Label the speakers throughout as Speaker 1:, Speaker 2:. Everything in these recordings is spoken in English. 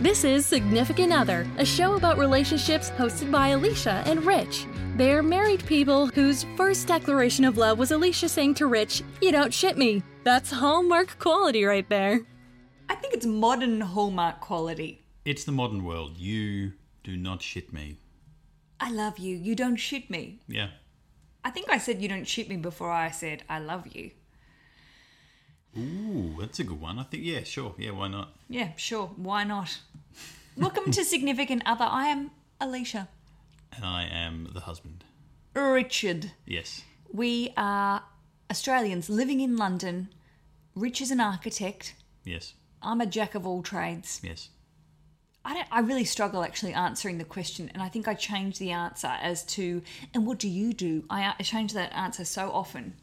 Speaker 1: This is Significant Other, a show about relationships hosted by Alicia and Rich. They're married people whose first declaration of love was Alicia saying to Rich, You don't shit me. That's hallmark quality right there.
Speaker 2: I think it's modern hallmark quality.
Speaker 3: It's the modern world. You do not shit me.
Speaker 2: I love you. You don't shit me.
Speaker 3: Yeah.
Speaker 2: I think I said you don't shit me before I said I love you.
Speaker 3: Ooh, that's a good one. I think, yeah, sure. Yeah, why not?
Speaker 2: Yeah, sure. Why not? Welcome to Significant Other. I am Alicia.
Speaker 3: And I am the husband.
Speaker 2: Richard.
Speaker 3: Yes.
Speaker 2: We are Australians living in London. Rich is an architect.
Speaker 3: Yes.
Speaker 2: I'm a jack of all trades.
Speaker 3: Yes.
Speaker 2: I don't I really struggle actually answering the question and I think I changed the answer as to and what do you do? I, I change that answer so often.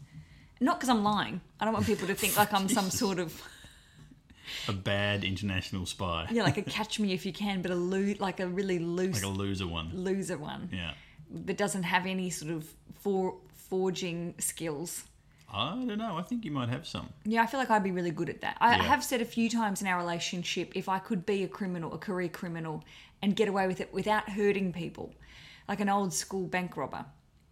Speaker 2: Not because I'm lying. I don't want people to think like I'm some sort of
Speaker 3: A bad international spy.
Speaker 2: you know, like a catch me if you can, but a loo- like a really loose
Speaker 3: Like a loser one.
Speaker 2: loser one
Speaker 3: Yeah.
Speaker 2: that doesn't have any sort of for- forging skills.
Speaker 3: I don't know. I think you might have some.
Speaker 2: Yeah, I feel like I'd be really good at that. I
Speaker 3: Yeah.
Speaker 2: have said a few times in our relationship if I could be a criminal, a career criminal, and get away with it without hurting people, like an old school bank robber.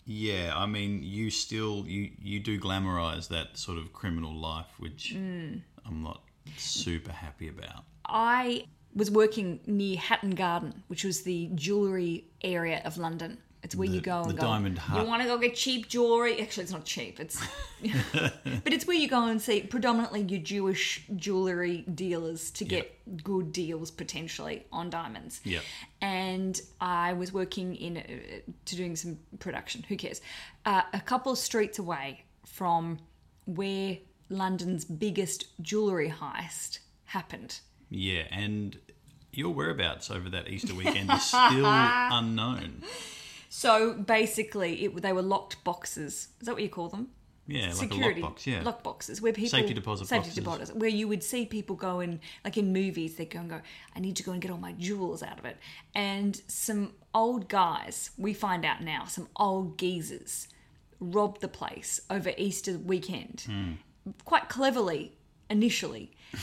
Speaker 3: Yeah, I mean, you still you you do glamorize that sort of criminal life, which I'm not super happy about.
Speaker 2: I was working near Hatton Garden, which was the jewellery area of London. It's where you go and
Speaker 3: the
Speaker 2: go.
Speaker 3: Diamond Hut."
Speaker 2: You want to go get cheap jewellery? Actually, it's not cheap. It's, but it's where you go and see predominantly your Jewish jewellery dealers to get good deals potentially on diamonds.
Speaker 3: Yeah.
Speaker 2: And I was working in uh, to doing some production. Who cares? Uh, a couple of streets away from where London's biggest jewellery heist happened.
Speaker 3: Yeah, and your whereabouts over that Easter weekend is still unknown.
Speaker 2: So basically, it, they were locked boxes. Is that what you call them?
Speaker 3: Yeah,
Speaker 2: Security
Speaker 3: like a lockbox. Yeah,
Speaker 2: lock boxes where people
Speaker 3: Safety deposit
Speaker 2: safety
Speaker 3: boxes.
Speaker 2: deposits where you would see people go and like in movies they go and go. I need to go and get all my jewels out of it. And some old guys, we find out now, some old geezers robbed the place over Easter weekend,
Speaker 3: Hmm.
Speaker 2: quite cleverly initially,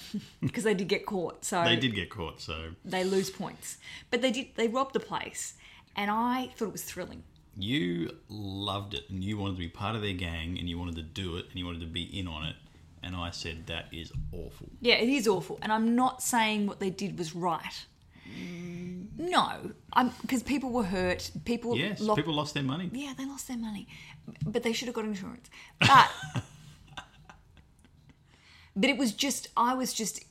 Speaker 2: because they did get caught. So
Speaker 3: they did get caught. So
Speaker 2: they lose points, but they did they robbed the place, and I thought it was thrilling.
Speaker 3: you loved it, and you wanted to be part of their gang, and you wanted to do it, and you wanted to be in on it. And I said that is awful.
Speaker 2: Yeah, it is awful. And I'm not saying what they did was right. No, because people were hurt. People
Speaker 3: Yes,
Speaker 2: locked.
Speaker 3: people lost their money.
Speaker 2: yeah, they lost their money, but they should have got insurance. But but it was just I was just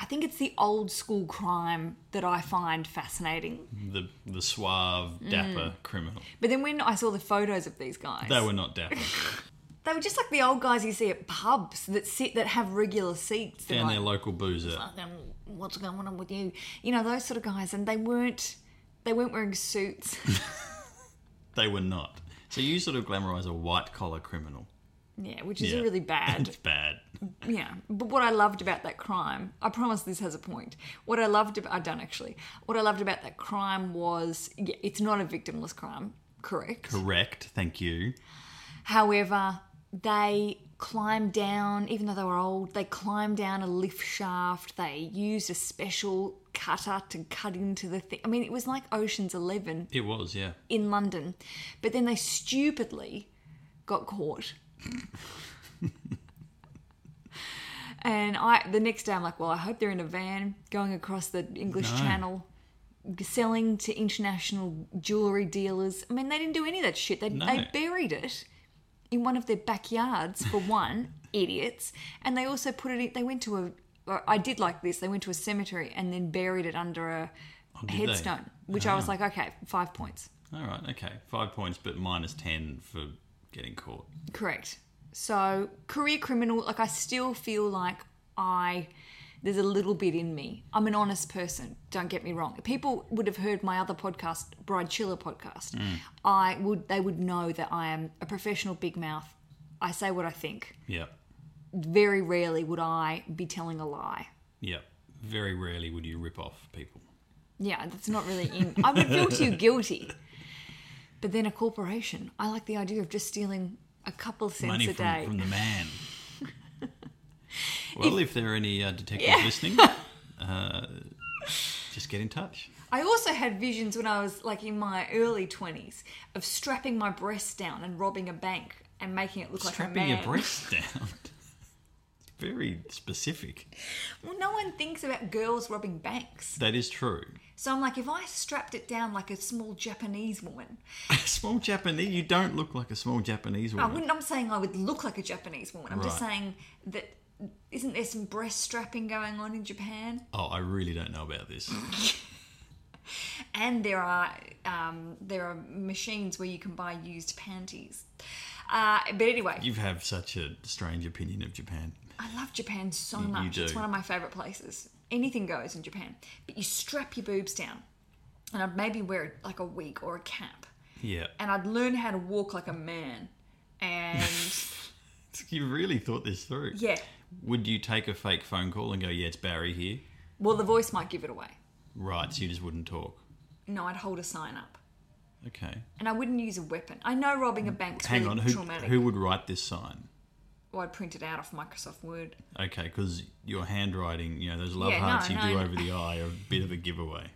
Speaker 2: I think it's the old school crime that I find fascinating.
Speaker 3: The the suave,
Speaker 2: Mm.
Speaker 3: dapper criminal.
Speaker 2: But then when I saw the photos of these guys,
Speaker 3: They were not dapper.
Speaker 2: They were just like the old guys you see at pubs that sit that have regular seats. They're
Speaker 3: Down
Speaker 2: like,
Speaker 3: their local boozer.
Speaker 2: "Um, what's going on with you? You know those sort of guys, and they weren't they weren't wearing suits.
Speaker 3: They were not. So you sort of glamorize a white collar criminal.
Speaker 2: yeah, which is
Speaker 3: Yeah.
Speaker 2: really bad.
Speaker 3: It's bad.
Speaker 2: yeah, but what I loved about that crime, I promise this has a point. What I loved, about, I don't actually. What I loved about that crime was yeah, it's not a victimless crime, correct?
Speaker 3: Correct. Thank you.
Speaker 2: However, they climbed down, even though they were old, they climbed down a lift shaft. They used a special cutter to cut into the thing. I mean, it was like Ocean's Eleven
Speaker 3: It was, yeah.
Speaker 2: in London. But then they stupidly got caught. and I the next day I'm like, well, I hope they're in a van going across the English Channel selling to international jewelry dealers. I mean, they didn't do any of that shit. They
Speaker 3: No.
Speaker 2: they buried it in one of their backyards for one, idiots. And they also put it in, they went to a or I did like this. They went to a cemetery and then buried it under a
Speaker 3: Oh, did they? Ah.
Speaker 2: headstone, which I was like, okay, five points.
Speaker 3: All right, okay. Five points, but minus 10 for getting caught.
Speaker 2: Correct. So, career criminal, like I still feel like I there's a little bit in me. I'm an honest person, don't get me wrong. People would have heard my other podcast, Bride Chiller podcast.
Speaker 3: Mm.
Speaker 2: I would they would know that I am a professional big mouth. I say what I think.
Speaker 3: Yep.
Speaker 2: Very rarely would I be telling a lie.
Speaker 3: Yep. Very rarely would you rip off people.
Speaker 2: Yeah, that's not really in. I would feel too guilty. But then a corporation, I like the idea of just stealing a couple cents
Speaker 3: Money
Speaker 2: a day.
Speaker 3: from, from the man. well, if, there are any uh, detectives listening, uh, just get in touch.
Speaker 2: I also had visions when I was like in my early 20s of strapping my breasts down and robbing a bank and making it look like a
Speaker 3: Strapping
Speaker 2: man.
Speaker 3: your breasts down. It's Very specific.
Speaker 2: Well, no one thinks about girls robbing banks.
Speaker 3: That is true.
Speaker 2: So I'm like, if I strapped it down like a small Japanese woman,
Speaker 3: small Japanese. You don't look like a small Japanese
Speaker 2: I
Speaker 3: woman.
Speaker 2: wouldn't, I'm saying I would look like a Japanese woman. I'm just
Speaker 3: Right.
Speaker 2: saying that isn't there some breast strapping going on in Japan?
Speaker 3: Oh, I really don't know about this.
Speaker 2: and there are um, there are machines where you can buy used panties. Uh, but anyway,
Speaker 3: You have such a strange opinion of Japan.
Speaker 2: I love Japan so
Speaker 3: you
Speaker 2: much. It's
Speaker 3: do.
Speaker 2: one of my favorite places. Anything goes in Japan, but you strap your boobs down, and I'd maybe wear like a wig or a cap,
Speaker 3: Yeah.
Speaker 2: and I'd learn how to walk like a man. And
Speaker 3: You really thought this through.
Speaker 2: yeah,
Speaker 3: Would you take a fake phone call and go, yeah, it's Barry here?
Speaker 2: well, the voice might give it away.
Speaker 3: Right, so you just wouldn't talk.
Speaker 2: No, I'd hold a sign up,
Speaker 3: Okay.
Speaker 2: and I wouldn't use a weapon. I know robbing a bank's
Speaker 3: Hang
Speaker 2: really
Speaker 3: on, who,
Speaker 2: traumatic.
Speaker 3: who would write this sign?
Speaker 2: Well, I'd print it out off Microsoft Word.
Speaker 3: Okay, because your handwriting, you know, those love
Speaker 2: Yeah, no,
Speaker 3: hearts you
Speaker 2: no,
Speaker 3: do
Speaker 2: no.
Speaker 3: over the eye are a bit of a giveaway.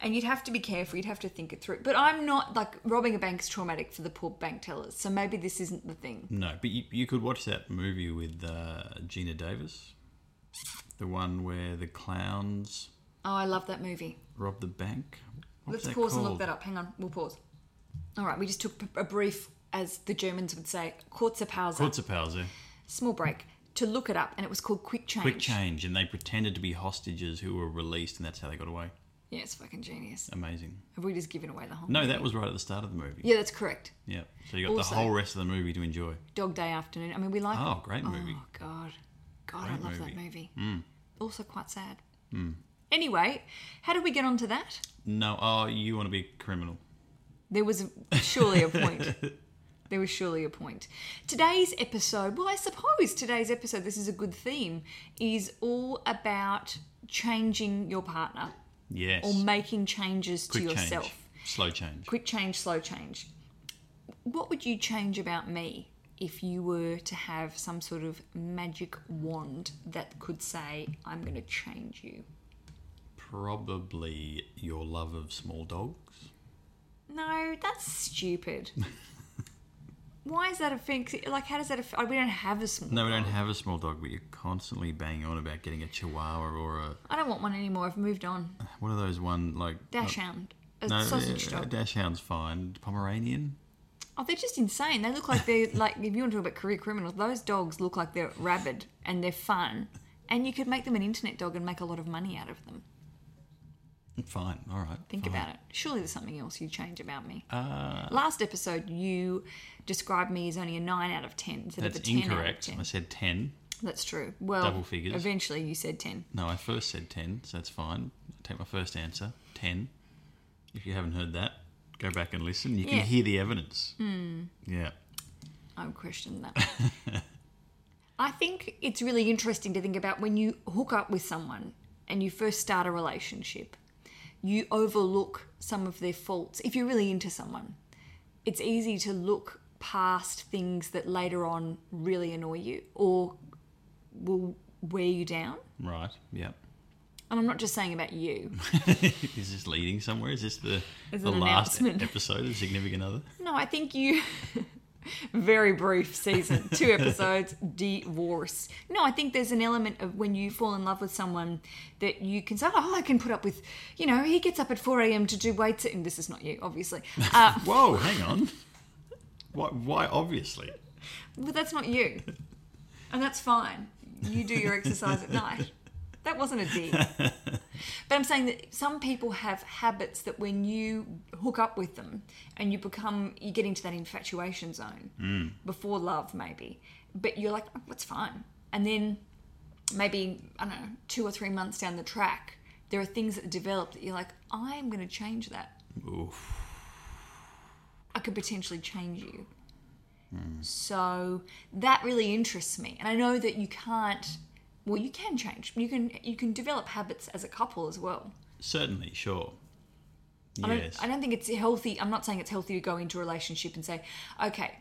Speaker 2: And you'd have to be careful, you'd have to think it through. But I'm not like robbing a bank's traumatic for the poor bank tellers, so maybe this isn't the thing.
Speaker 3: No, but you, you could watch that movie with uh, Gina Davis, the one where the clowns
Speaker 2: Oh, I love that movie.
Speaker 3: rob the bank. What was
Speaker 2: Let's
Speaker 3: that
Speaker 2: pause and
Speaker 3: called?
Speaker 2: look that up. Hang on, we'll pause. All right, we just took a brief, as the Germans would say, kurze Pause,
Speaker 3: Kurzapause.
Speaker 2: small break, to look it up, and it was called Quick Change.
Speaker 3: Quick change, and they pretended to be hostages who were released, and that's how they got away.
Speaker 2: Yeah, it's fucking genius.
Speaker 3: Amazing.
Speaker 2: Have we just given away the whole
Speaker 3: No, that was right at the start of the movie.
Speaker 2: Yeah, that's correct.
Speaker 3: Yeah. So you got
Speaker 2: Also-
Speaker 3: the whole rest of the movie to enjoy.
Speaker 2: Dog Day Afternoon. I mean, we like
Speaker 3: Oh, great movie.
Speaker 2: Oh God, God, I
Speaker 3: Great
Speaker 2: love that
Speaker 3: movie. Mm.
Speaker 2: movie. Also quite sad. Anyway, how did we get onto that?
Speaker 3: No, oh, you want to be a criminal.
Speaker 2: There was a- surely a point. There was surely a point. Today's episode, well, I suppose today's episode, this is a good theme, is all about changing your partner
Speaker 3: Yes.
Speaker 2: or making changes
Speaker 3: Quick
Speaker 2: to
Speaker 3: change.
Speaker 2: yourself.
Speaker 3: Slow change.
Speaker 2: Quick change, slow change. What would you change about me if you were to have some sort of magic wand that could say, I'm going to change you?
Speaker 3: Probably your love of small dogs.
Speaker 2: No, that's stupid. Why is that affect? Like, how does that affect? We don't have a small.
Speaker 3: No, we don't
Speaker 2: dog.
Speaker 3: have a small dog, but you're constantly banging on about getting a chihuahua or a
Speaker 2: I don't want one anymore. I've moved on.
Speaker 3: one of those one like
Speaker 2: Dachshund, a
Speaker 3: no,
Speaker 2: sausage
Speaker 3: uh,
Speaker 2: dog.
Speaker 3: Dachshund's fine. Pomeranian.
Speaker 2: oh, they're just insane. They look like they're like. If you want to talk about career criminals, those dogs look like they're rabid and they're fun, and you could make them an internet dog and make a lot of money out of them.
Speaker 3: Fine. All right.
Speaker 2: Think
Speaker 3: fine. Uh,
Speaker 2: about it. Surely there's something else you change about me. Last episode, you described me as only a nine out of ten instead
Speaker 3: That's
Speaker 2: of a ten
Speaker 3: incorrect.
Speaker 2: out
Speaker 3: I
Speaker 2: of ten.
Speaker 3: said ten.
Speaker 2: That's true. Well,
Speaker 3: Double figures.
Speaker 2: Eventually, you said ten.
Speaker 3: No, I first said 10, so that's fine. I take my first answer 10. If you haven't heard that, go back and listen. You can
Speaker 2: Yeah. Hmm.
Speaker 3: hear the evidence. Yeah.
Speaker 2: I would question that. I think it's really interesting to think about when you hook up with someone and you first start a relationship, you overlook some of their faults. If you're really into someone, it's easy to look past things that later on really annoy you or will wear you down.
Speaker 3: Right. Yeah.
Speaker 2: And I'm not just saying about you.
Speaker 3: Is this leading somewhere? Is this the,
Speaker 2: Is
Speaker 3: the
Speaker 2: it an
Speaker 3: last
Speaker 2: announcement?
Speaker 3: episode of Significant Other?
Speaker 2: No, I think you. Very brief season, two episodes, divorce. No, I think there's an element of when you fall in love with someone that you can say, oh, I can put up with, you know, he gets up at 4 a.m. to do weights. And this is not you, obviously. Uh,
Speaker 3: Whoa, hang on. Why, why, obviously.
Speaker 2: but that's not you. And that's fine. You do your exercise at night. That wasn't a dig. But I'm saying that some people have habits that when you hook up with them and you become, you get into that infatuation zone before love, maybe. But you're like, oh, it's fine. And then maybe, I don't know, two or three months down the track, there are things that develop that you're like, I'm going to change that.
Speaker 3: Oof.
Speaker 2: I could potentially change you. So that really interests me, and I know that you can't. Well, you can change. You can you can develop habits as a couple as well.
Speaker 3: Certainly, sure.
Speaker 2: I don't,
Speaker 3: yes.
Speaker 2: I don't think it's healthy. I'm not saying it's healthy to go into a relationship and say, okay,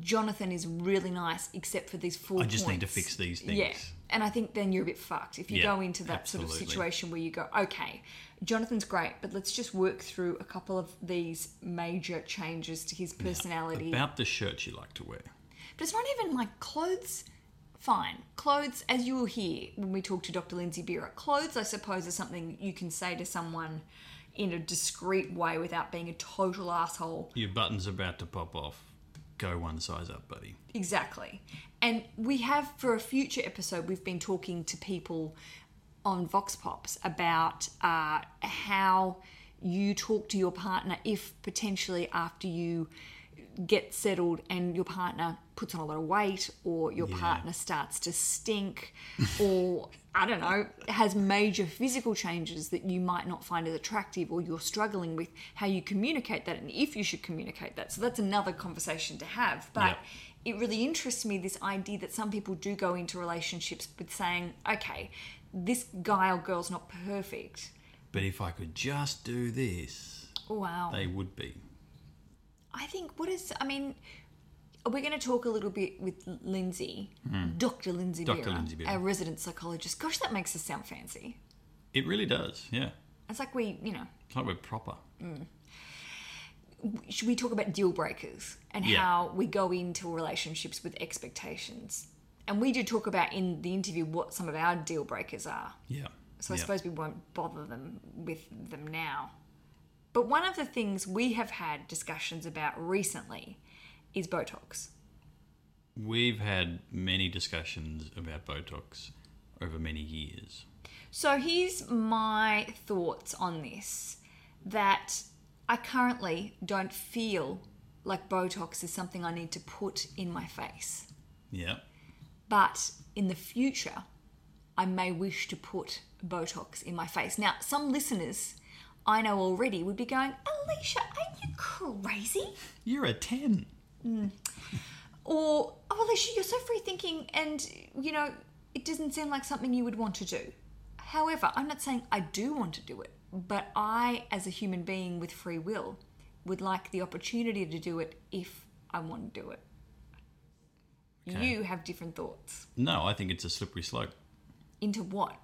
Speaker 2: Jonathan is really nice, except for these four.
Speaker 3: I just need to
Speaker 2: points.
Speaker 3: fix these things.
Speaker 2: Yeah, and I think then you're a bit fucked if you
Speaker 3: Yeah,
Speaker 2: go into that sort
Speaker 3: absolutely.
Speaker 2: of situation where you go, okay, Jonathan's great, but let's just work through a couple of these major changes to his personality.
Speaker 3: About the shirt you like to wear.
Speaker 2: But it's not even like clothes. Fine. Clothes, as you will hear when we talk to Dr. Lindsay Bira, clothes, I suppose, are something you can say to someone in a discreet way without being a total asshole.
Speaker 3: Your button's about to pop off. Go one size up, buddy.
Speaker 2: Exactly. And we have, for a future episode, we've been talking to people on Vox Pops about uh, how you talk to your partner if potentially after you get settled and your partner puts on a lot of weight or your partner starts to stink or I don't know has major physical changes that you might not find as attractive or you're struggling with how you communicate that and if you should communicate that so that's another conversation to have but
Speaker 3: Yeah.
Speaker 2: it really interests me this idea that some people do go into relationships with saying, okay, this guy or girl's not perfect.
Speaker 3: But if I could just do this,
Speaker 2: Wow.
Speaker 3: they would be.
Speaker 2: I think, what is, I mean, we're going to talk a little bit with Lindsay, Dr. Lindsay
Speaker 3: Dr.
Speaker 2: Bira,
Speaker 3: Hmm. Lindsay Bira.
Speaker 2: our resident psychologist. Gosh, that makes us sound fancy.
Speaker 3: It really does, yeah.
Speaker 2: It's like we, you know,
Speaker 3: It's like we're proper.
Speaker 2: should we talk about deal breakers and
Speaker 3: Yeah.
Speaker 2: how we go into relationships with expectations? And we do talk about in the interview what some of our deal breakers are.
Speaker 3: Yeah.
Speaker 2: So I
Speaker 3: yeah.
Speaker 2: suppose we won't bother them with them now. But one of the things we have had discussions about recently is Botox.
Speaker 3: We've had many discussions about Botox over many years.
Speaker 2: So here's my thoughts on this that I currently don't feel like Botox is something I need to put in my face.
Speaker 3: Yeah.
Speaker 2: but in the future, I may wish to put Botox in my face. Now, some listeners I know already would be going, Alicia, are you crazy?
Speaker 3: You're a 10.
Speaker 2: Or, oh, Alicia, you're so free thinking and, you know, it doesn't seem like something you would want to do. However, I'm not saying I do want to do it, but I, as a human being with free will, would like the opportunity to do it if I want to do it.
Speaker 3: Okay.
Speaker 2: You have different thoughts.
Speaker 3: No, I think it's a slippery slope
Speaker 2: Into what?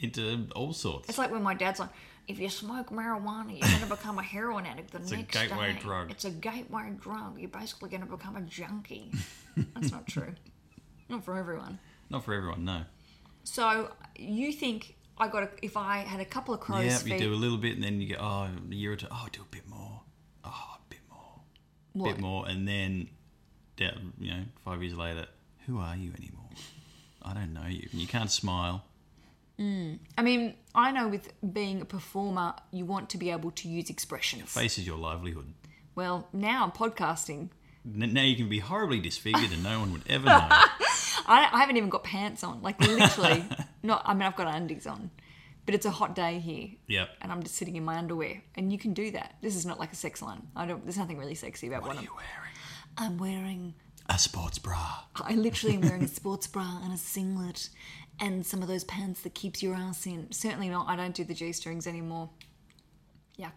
Speaker 3: into all sorts.
Speaker 2: It's like when my dad's like, if you smoke marijuana, you're going to become a heroin addict the
Speaker 3: a
Speaker 2: next
Speaker 3: gateway
Speaker 2: day.
Speaker 3: drug.
Speaker 2: It's a gateway drug. You're basically going to become a junkie. That's not true. Not for everyone.
Speaker 3: Not for everyone, no.
Speaker 2: So you think I got a, if I had a couple of crow's
Speaker 3: yeah,
Speaker 2: feet,
Speaker 3: you do a little bit and then you go, oh, a year or two, oh, do a bit more. Oh, a bit more.
Speaker 2: what?
Speaker 3: bit more, and then, down, you know, five years later, who are you anymore? I don't know you. You can't smile.
Speaker 2: I mean, I know with being a performer, you want to be able to use expressions.
Speaker 3: Face is your livelihood.
Speaker 2: Well, now I'm podcasting.
Speaker 3: N- now you can be horribly disfigured, and no one would ever know.
Speaker 2: I, I haven't even got pants on. Like literally, not. I mean, I've got undies on, but it's a hot day here.
Speaker 3: Yep.
Speaker 2: and I'm just sitting in my underwear. And you can do that. This is not like a sex line. I don't. There's nothing really sexy about what,
Speaker 3: What are
Speaker 2: I'm.
Speaker 3: you wearing?
Speaker 2: I'm wearing.
Speaker 3: A sports bra.
Speaker 2: I literally am wearing a sports bra and a singlet, and some of those pants that keeps your ass in. Certainly not. I don't do the g strings anymore. Yuck.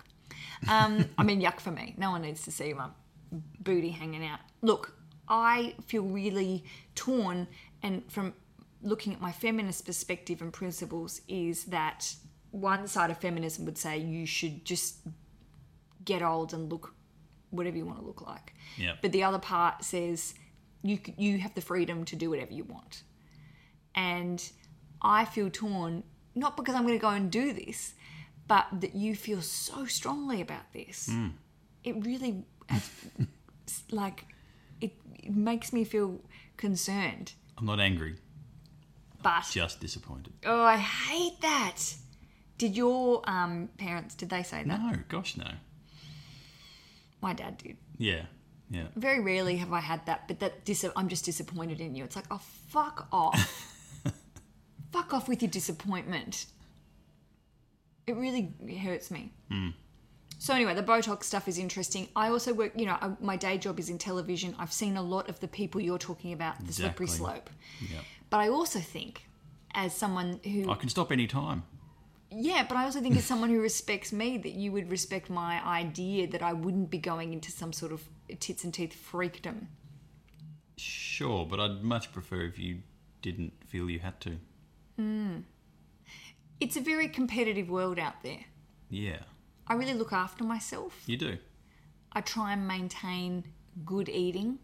Speaker 2: Um, I mean, yuck for me. No one needs to see my booty hanging out. Look, I feel really torn, and from looking at my feminist perspective and principles, is that one side of feminism would say you should just get old and look whatever you want to look like.
Speaker 3: Yep.
Speaker 2: But the other part says you c- you have the freedom to do whatever you want, and I feel torn not because I'm going to go and do this, but that you feel so strongly about this. It really has, like it, it makes me feel concerned.
Speaker 3: I'm not angry,
Speaker 2: But
Speaker 3: just disappointed.
Speaker 2: oh, I hate that. Did your um, parents? Did they say that?
Speaker 3: No, gosh, no.
Speaker 2: My dad did.
Speaker 3: Yeah, yeah.
Speaker 2: Very rarely have I had that, but that dis- I'm just disappointed in you. It's like, oh, fuck off. fuck off with your disappointment. It really hurts me.
Speaker 3: Hmm.
Speaker 2: So anyway, the Botox stuff is interesting. I also work, you know, I, my day job is in television. I've seen a lot of the people you're talking about, the slippery
Speaker 3: Exactly.
Speaker 2: slope.
Speaker 3: Yeah.
Speaker 2: But I also think, as someone who,
Speaker 3: I can stop any time.
Speaker 2: yeah, but I also think as someone who respects me, that you would respect my idea that I wouldn't be going into some sort of tits and teeth freakdom.
Speaker 3: Sure, but I'd much prefer if you didn't feel you had to.
Speaker 2: It's a very competitive world out there.
Speaker 3: Yeah,
Speaker 2: I really look after myself.
Speaker 3: you do.
Speaker 2: I try and maintain good eating.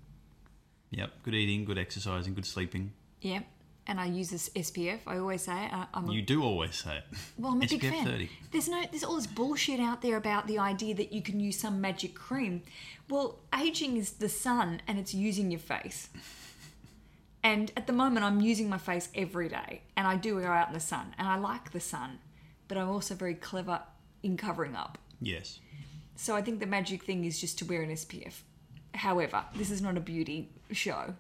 Speaker 3: Yep, good eating, good exercising, good sleeping.
Speaker 2: Yep. And I use this SPF. I always say it. I- I'm a
Speaker 3: You do always say it.
Speaker 2: Well, I'm a big
Speaker 3: SPF
Speaker 2: fan.
Speaker 3: 30.
Speaker 2: There's no, there's all this bullshit out there about the idea that you can use some magic cream. Well, aging is the sun, and it's using your face. And at the moment, I'm using my face every day, and I do go out in the sun, and I like the sun, but I'm also very clever in covering up.
Speaker 3: Yes.
Speaker 2: So I think the magic thing is just to wear an SPF. However, this is not a beauty show.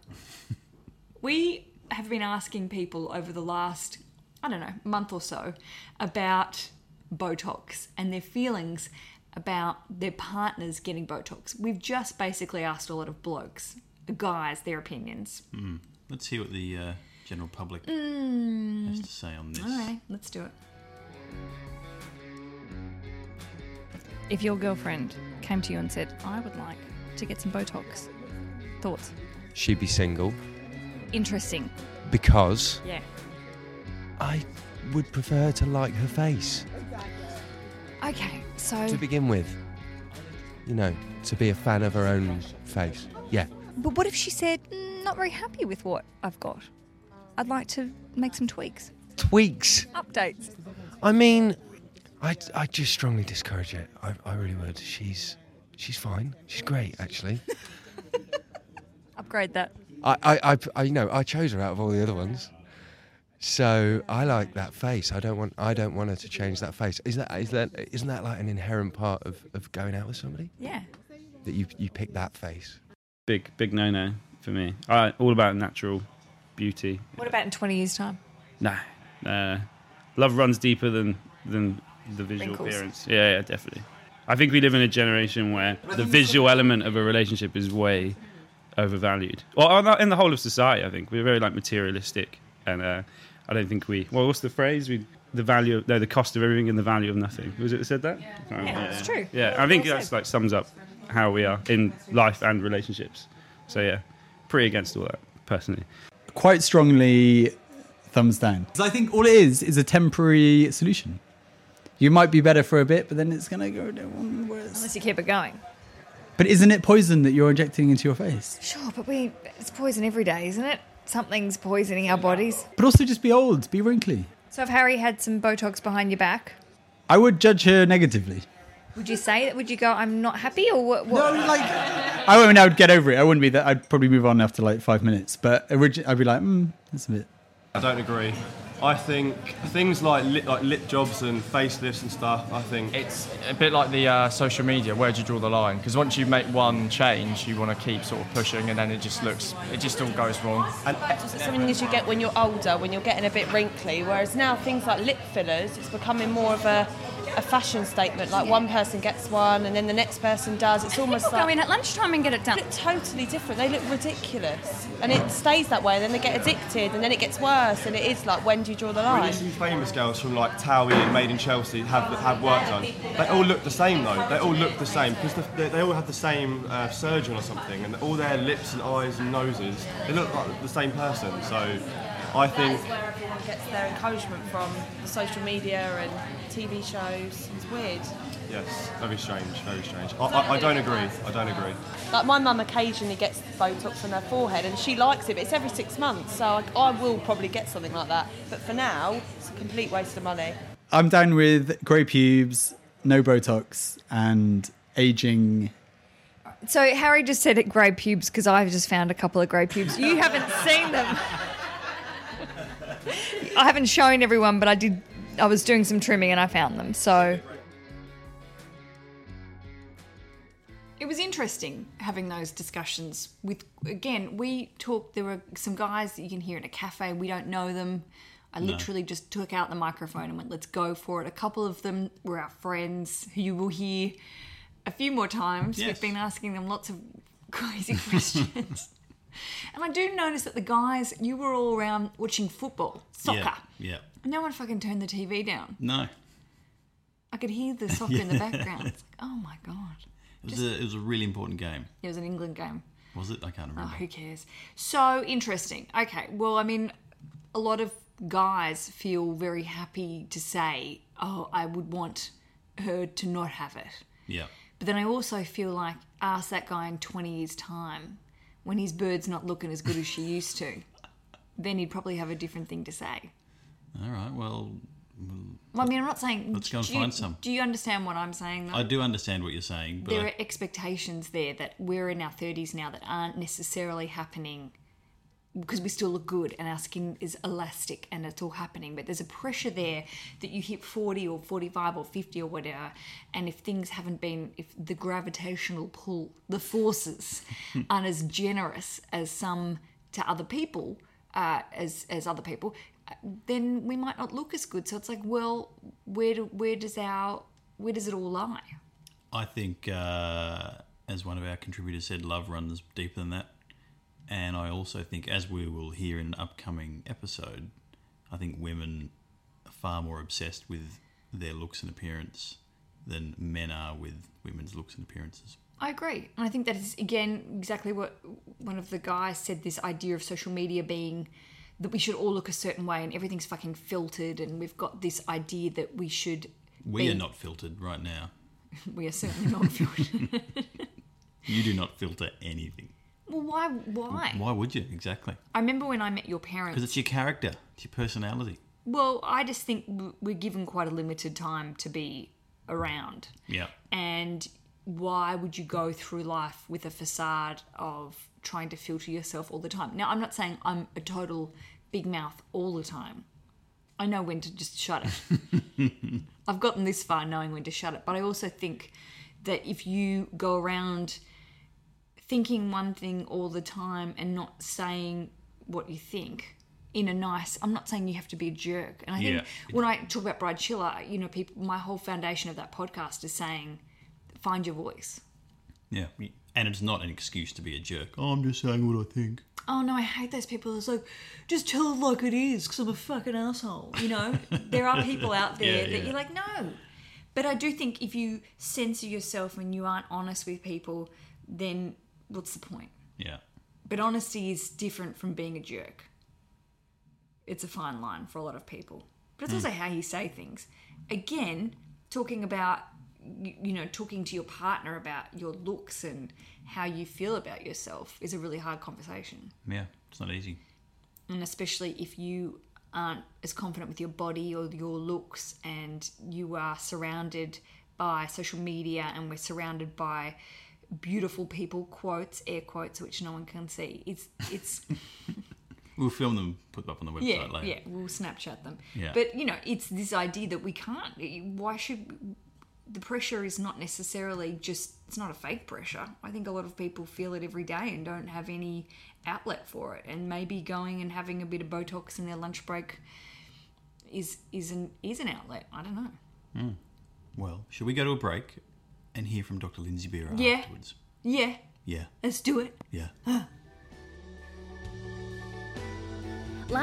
Speaker 2: we have been asking people over the last, I don't know, month or so about Botox and their feelings about their partners getting Botox. We've just basically asked a lot of blokes, guys, their opinions.
Speaker 3: Let's hear what the uh, general public
Speaker 2: Mm.
Speaker 3: has to say on this.
Speaker 2: Okay, let's do it.
Speaker 4: If your girlfriend came to you and said, I would like to get some Botox, thoughts?
Speaker 5: She'd be single
Speaker 4: Interesting.
Speaker 5: because
Speaker 4: Yeah.
Speaker 5: I would prefer her to like her face
Speaker 4: Okay, so.
Speaker 5: to begin with. You know, to be a fan of her own face. Yeah.
Speaker 4: But what if she said, "Mm, not very happy with what I've got? I'd like to make some tweaks,
Speaker 5: Tweaks.
Speaker 4: updates.
Speaker 5: I mean, I, I just strongly discourage it. I, I really would. She's she's fine. She's great, actually.
Speaker 4: Upgrade that.
Speaker 5: I, I, I, I you know I chose her out of all the other ones. So I like that face. I don't want I don't want her to change that face. Is that is that isn't that like an inherent part of, of going out with somebody
Speaker 4: Yeah.
Speaker 5: that you you pick that face?
Speaker 6: Big, big no no for me. I, all about natural beauty.
Speaker 4: What about in 20 years' time?
Speaker 6: Nah. Uh, love runs deeper than than the visual
Speaker 4: Wrinkles.
Speaker 6: appearance. Yeah, yeah, definitely. I think we live in a generation where the visual element of a relationship is way overvalued. Well, on the- in the whole of society, I think we're very like materialistic, and uh, I don't think we. Well, what's the phrase? We the value of, no, the cost of everything and the value of nothing. Was it that said that? Yeah,
Speaker 4: it's true.
Speaker 6: Yeah, I think
Speaker 4: Well
Speaker 6: that's
Speaker 4: said.
Speaker 6: like sums up how we are in life and relationships. So yeah, pretty against all that personally.
Speaker 7: quite strongly thumbs down. 'Cause I think all it is is a temporary solution. You might be better for a bit, but then it's going to go down worse.
Speaker 4: Unless you keep it going.
Speaker 7: But isn't it poison that you're injecting into your face?
Speaker 4: Sure, but we it's poison every day, isn't it? Something's poisoning our bodies.
Speaker 7: But also just be old, be wrinkly.
Speaker 4: So if Harry had some Botox behind your back,
Speaker 7: I would judge her negatively.
Speaker 4: would you say that? Would you go, I'm not happy? Or what? what?
Speaker 7: No, like I mean, I would get over it. I wouldn't be that. I'd probably move on after like five minutes. But origi- I'd be like, hmm, that's a bit.
Speaker 8: I don't agree. I think things like lip, like lip jobs and facelifts and stuff. I think
Speaker 9: It's a bit like the uh, social media. Where do you draw the line? Because once you make one change, you want to keep sort of pushing, and then it just looks, it just all goes wrong.
Speaker 10: Botox is something that you get when you're older, when you're getting a bit wrinkly. Whereas now things like lip fillers, it's becoming more of a, a fashion statement. Like one person gets one, and then the next person does. It's almost
Speaker 4: People go in
Speaker 10: like
Speaker 4: at lunchtime and get it done.
Speaker 10: look totally different. They look ridiculous, and it stays that way. And then they get addicted, and then it gets worse. And it is like, when do you draw the
Speaker 8: when you
Speaker 10: line?
Speaker 8: see famous girls from like Towie and Made in Chelsea have have work done, they all look the same though. They all look the same because the, they, they all have the same uh, surgeon or something, and all their lips and eyes and noses they look like the same person. So I
Speaker 10: That is
Speaker 8: think
Speaker 10: where everyone gets their encouragement from the social media and TV shows. It's weird.
Speaker 8: yes, very strange, very strange. I, I, I don't agree. I don't agree.
Speaker 10: Like my mum occasionally gets Botox on her forehead and she likes it, but it's every six months, so I, I will probably get something like that. But for now, it's a complete waste of money.
Speaker 7: I'm down with grey pubes, no Botox, and aging.
Speaker 4: So Harry just said it grey pubes because I've just found a couple of grey pubes. You haven't seen them. I haven't shown everyone, but I did. I was doing some trimming and I found them. So
Speaker 2: It was interesting having those discussions with again, we talked there were some guys that you can hear in a cafe, we don't know them. I literally just took out the microphone and went, let's go for it. A couple of them were our friends who you will hear a few more times.
Speaker 3: Yes.
Speaker 2: We've been asking them lots of crazy questions. and I do notice that the guys, you were all around watching football, soccer.
Speaker 3: Yeah. Yeah.
Speaker 2: No one fucking turned the TV down.
Speaker 3: No.
Speaker 2: I could hear the soccer in the background. It's like, oh my God.
Speaker 3: It was, a, it was a really important game.
Speaker 2: It was an England game.
Speaker 3: Was it? I can't
Speaker 2: Oh,
Speaker 3: remember.
Speaker 2: who cares? So interesting. Okay. Well, I mean, a lot of guys feel very happy to say, oh, I would want her to not have it.
Speaker 3: Yeah.
Speaker 2: But then I also feel like ask that guy in 20 years' time when his bird's not looking as good as she used to. Then he'd probably have a different thing to say.
Speaker 3: All right. Well,
Speaker 2: Well, I mean, I'm not saying.
Speaker 3: Let's go and
Speaker 2: do you-
Speaker 3: find some.
Speaker 2: Do you understand what I'm saying, though?
Speaker 3: I do understand what you're saying, but
Speaker 2: there
Speaker 3: I-
Speaker 2: are expectations there that we're in our 30s now that aren't necessarily happening because we still look good and our skin is elastic and it's all happening but there's a pressure there that you hit 40 or 45 or 50 or whatever and if things haven't been if the gravitational pull the forces aren't as generous as some to other people uh, as as other people uh, then we might not look as good so it's like well where do, where does our where does it all lie
Speaker 3: I think, uh, as one of our contributors said, love runs deeper than that. And I also think, as we will hear in an upcoming episode, I think women are far more obsessed with their looks and appearance than men are with women's looks and appearances.
Speaker 2: I agree. And I think that is, again, exactly what one of the guys said this idea of social media being that we should all look a certain way and everything's fucking filtered and we've got this idea that we should.
Speaker 3: We
Speaker 2: be-
Speaker 3: are not filtered right now.
Speaker 2: We are certainly not filtered.
Speaker 3: You do not filter anything.
Speaker 2: well, why? Why?
Speaker 3: Why would you? Exactly.
Speaker 2: I remember when I met your parents.
Speaker 3: Because it's your character, it's your personality.
Speaker 2: well, I just think w- we're given quite a limited time to be around.
Speaker 3: Yeah.
Speaker 2: and why would you go through life with a facade of trying to filter yourself all the time? Now, I'm not saying I'm a total big mouth all the time. I know when to just shut it. I've gotten this far knowing when to shut it, but I also think that if you go around thinking one thing all the time and not saying what you think in a nice i'm not saying you have to be a jerk and i think
Speaker 3: Yeah.
Speaker 2: when i talk about bride chiller you know people my whole foundation of that podcast is saying find your voice
Speaker 3: Yeah. And it's not an excuse to be a jerk. Oh, I'm just saying what I think.
Speaker 2: oh no i hate those people that's like just tell it like it is because i'm a fucking asshole you know there are people out there
Speaker 3: Yeah,
Speaker 2: that
Speaker 3: yeah.
Speaker 2: you're like no but i do think if you censor yourself and you aren't honest with people then what's the point
Speaker 3: Yeah.
Speaker 2: But honesty is different from being a jerk. It's a fine line for a lot of people. But
Speaker 3: Hmm.
Speaker 2: it's also how you say things. Again, talking about, you you know, talking to your partner about your looks and how you feel about yourself is a really hard conversation.
Speaker 3: Yeah. It's not easy.
Speaker 2: And especially if you aren't as confident with your body or your looks and you are surrounded by social media and we're surrounded by beautiful people quotes air quotes which no one can see it's it's
Speaker 3: We'll film them, put them up on the website
Speaker 2: yeah,
Speaker 3: later.
Speaker 2: Yeah, we'll Snapchat them.
Speaker 3: Yeah.
Speaker 2: But you know, it's this idea that we can't. eh, Why should the pressure is not necessarily just? It's not a fake pressure. I think a lot of people feel it every day and don't have any outlet for it. And maybe going and having a bit of Botox in their lunch break is is an is an outlet. I don't know.
Speaker 3: Well, should we go to a break and hear from Dr. Lindsay Beer
Speaker 2: Yeah.
Speaker 3: afterwards?
Speaker 2: Yeah,
Speaker 3: Yeah,
Speaker 2: let's do it.
Speaker 3: yeah.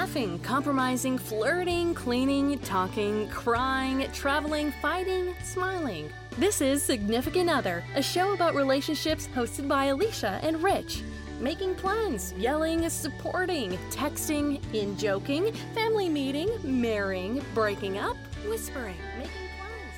Speaker 1: Laughing, compromising, flirting, cleaning, talking, crying, traveling, fighting, smiling. This is Significant Other, a show about relationships hosted by Alicia and Rich. Making plans, yelling, supporting, texting, in joking, family meeting, marrying, breaking up, whispering, making plans.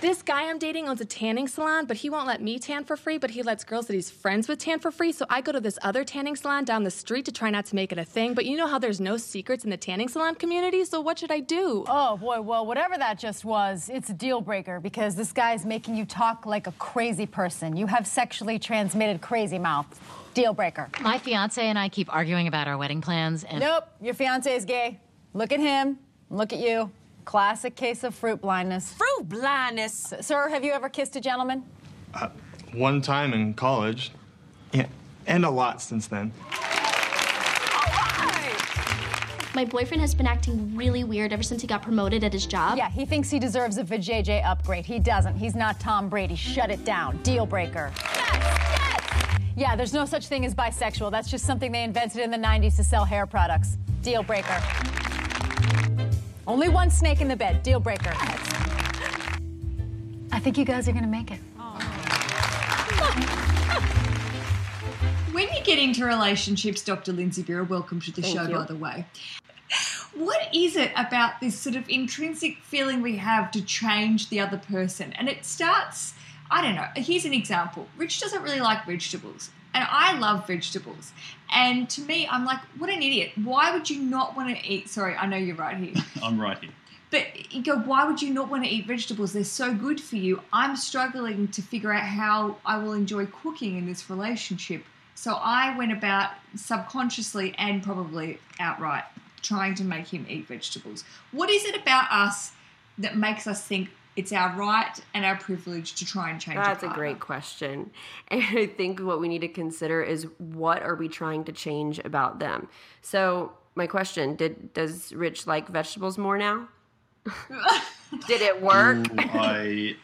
Speaker 1: This guy I'm dating owns a tanning salon, but he won't let me tan for free, but he lets girls that he's friends with tan for free. So I go to this other tanning salon down the street to try not to make it a thing. But you know how there's no secrets in the tanning salon community, so what should I do?
Speaker 11: Oh boy, well, whatever that just was, it's a deal breaker because this guy's making you talk like a crazy person. You have sexually transmitted crazy mouth. Deal breaker.
Speaker 12: My fiance and I keep arguing about our wedding plans, and
Speaker 11: Nope, your fiance is gay. Look at him, look at you. Classic case of fruit blindness. Fruit blindness? Sir, have you ever kissed a gentleman?
Speaker 9: One time in college, yeah, and a lot since then.
Speaker 13: My boyfriend has been acting really weird ever since he got promoted at his job.
Speaker 11: Yeah, he thinks he deserves a vajayjay upgrade. He doesn't. He's not Tom Brady. Shut it down. Deal breaker. Yeah, there's no such thing as bisexual. That's just something they invented in the 90s to sell hair products. Deal breaker. Only one snake in the bed. Deal breaker. I think you guys are going to make it.
Speaker 2: When you get into relationships, Dr. Lindsay Bureau, welcome to the
Speaker 14: Thank
Speaker 2: show,
Speaker 14: you.
Speaker 2: by the way. What is it about this sort of intrinsic feeling we have to change the other person? And it starts, I don't know, here's an example. Rich doesn't really like vegetables, and I love vegetables. And to me, I'm like, what an idiot. Why would you not want to eat? Sorry, I know you're right here.
Speaker 3: I'm right here.
Speaker 2: But you go, why would you not want to eat vegetables? They're so good for you. I'm struggling to figure out how I will enjoy cooking in this relationship. So I went about subconsciously and probably outright trying to make him eat vegetables. What is it about us that makes us think it's our right and our privilege to try and change our
Speaker 14: That's a
Speaker 2: partner?
Speaker 14: great question. And I think what we need to consider is what are we trying to change about them? So, my question, did does Rich like vegetables more now? did it work?
Speaker 3: Ooh, I,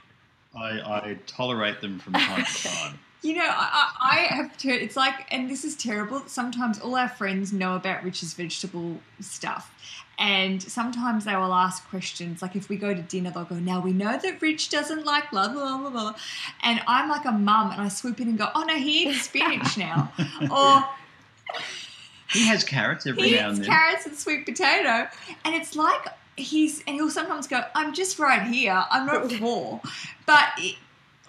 Speaker 3: I, I tolerate them from time to time.
Speaker 2: You know, I, I I have to. It's like, and this is terrible. Sometimes all our friends know about Rich's vegetable stuff. And sometimes they will ask questions. Like if we go to dinner, they'll go, Now we know that Rich doesn't like blah, blah, blah, blah. And I'm like a mum and I swoop in and go, Oh no, he eats spinach now. or
Speaker 3: He has carrots every
Speaker 2: he
Speaker 3: now and
Speaker 2: eats
Speaker 3: then.
Speaker 2: carrots and sweet potato, and it's like he's and he'll sometimes go, "I'm just right here. I'm not war," but. It,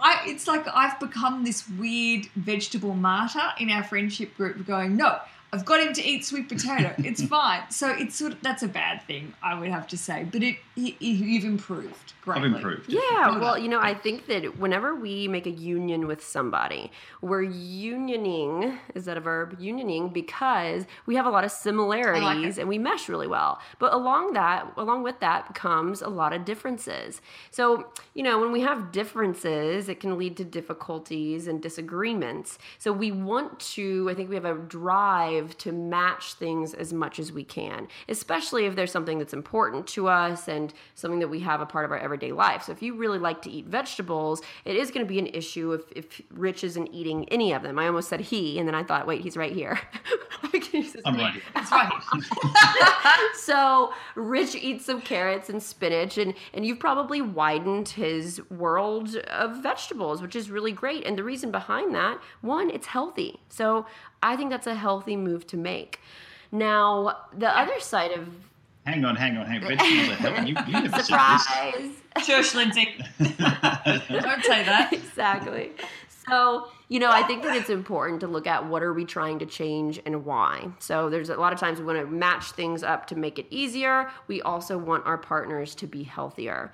Speaker 2: I, it's like I've become this weird vegetable martyr in our friendship group, going, "No, I've got him to eat sweet potato. It's fine." So it's sort of, that's a bad thing, I would have to say. But it, you- you- you've improved greatly.
Speaker 14: Yeah, well, you know, I think that whenever we make a union with somebody, we're unioning, is that a verb? Unioning because we have a lot of similarities and we mesh really well. But along that, along with that comes a lot of differences. So, you know, when we have differences, it can lead to difficulties and disagreements. So we want to, I think we have a drive to match things as much as we can, especially if there's something that's important to us and something that we have a part of our everyday life. So if you really like to eat vegetables, it is going to be an issue if, if Rich isn't eating any of them. I almost said he, and then I thought, Uh, wait, he's right here.
Speaker 3: I'm right here.
Speaker 14: That's right. so Rich eats some carrots and spinach, and and you've probably widened his world of vegetables, which is really great. And the reason behind that, one, it's healthy. So I think that's a healthy move to make. Now, the other side of
Speaker 3: Hang on, hang on, hang on. Vegetables are healthy. You, you never said this.
Speaker 14: surprise.
Speaker 2: Shush, Lindsay. Don't say that.
Speaker 14: exactly. So, you know, I think that it's important to look at what are we trying to change and why. So, there's a lot of times we want to match things up to make it easier. We also want our partners to be healthier.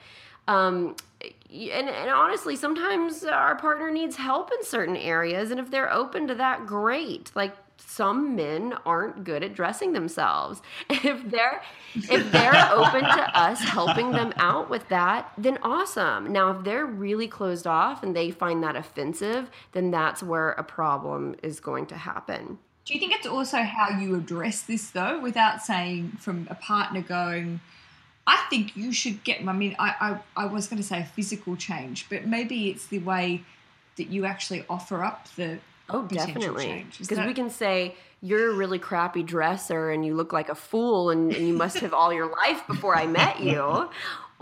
Speaker 14: Um, and, and honestly, sometimes our partner needs help in certain areas, and if they're open to that, great. Like some men aren't good at dressing themselves. If they're if they're open to us helping them out with that, then awesome. Now, if they're really closed off and they find that offensive, then that's where a problem is going to happen.
Speaker 2: Do you think it's also how you address this though, without saying from a partner going, I think you should get I mean, I, I, I was gonna say physical change, but maybe it's the way that you actually offer up the
Speaker 14: Oh,
Speaker 2: potential
Speaker 14: definitely.
Speaker 2: change. Is
Speaker 14: Because
Speaker 2: that-
Speaker 14: we can say, you're a really crappy dresser and you look like a fool and, and you must have all your life before I met you.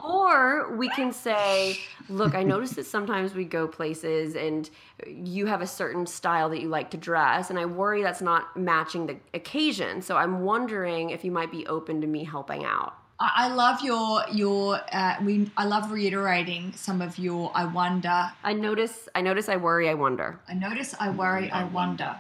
Speaker 14: Or we can say, look, I notice that sometimes we go places and you have a certain style that you like to dress, and I worry that's not matching the occasion. So I'm wondering if you might be open to me helping out.
Speaker 2: I I love your your uh, we I love reiterating some of your I wonder.
Speaker 14: I notice I notice I worry I wonder.
Speaker 2: I notice I worry I wonder.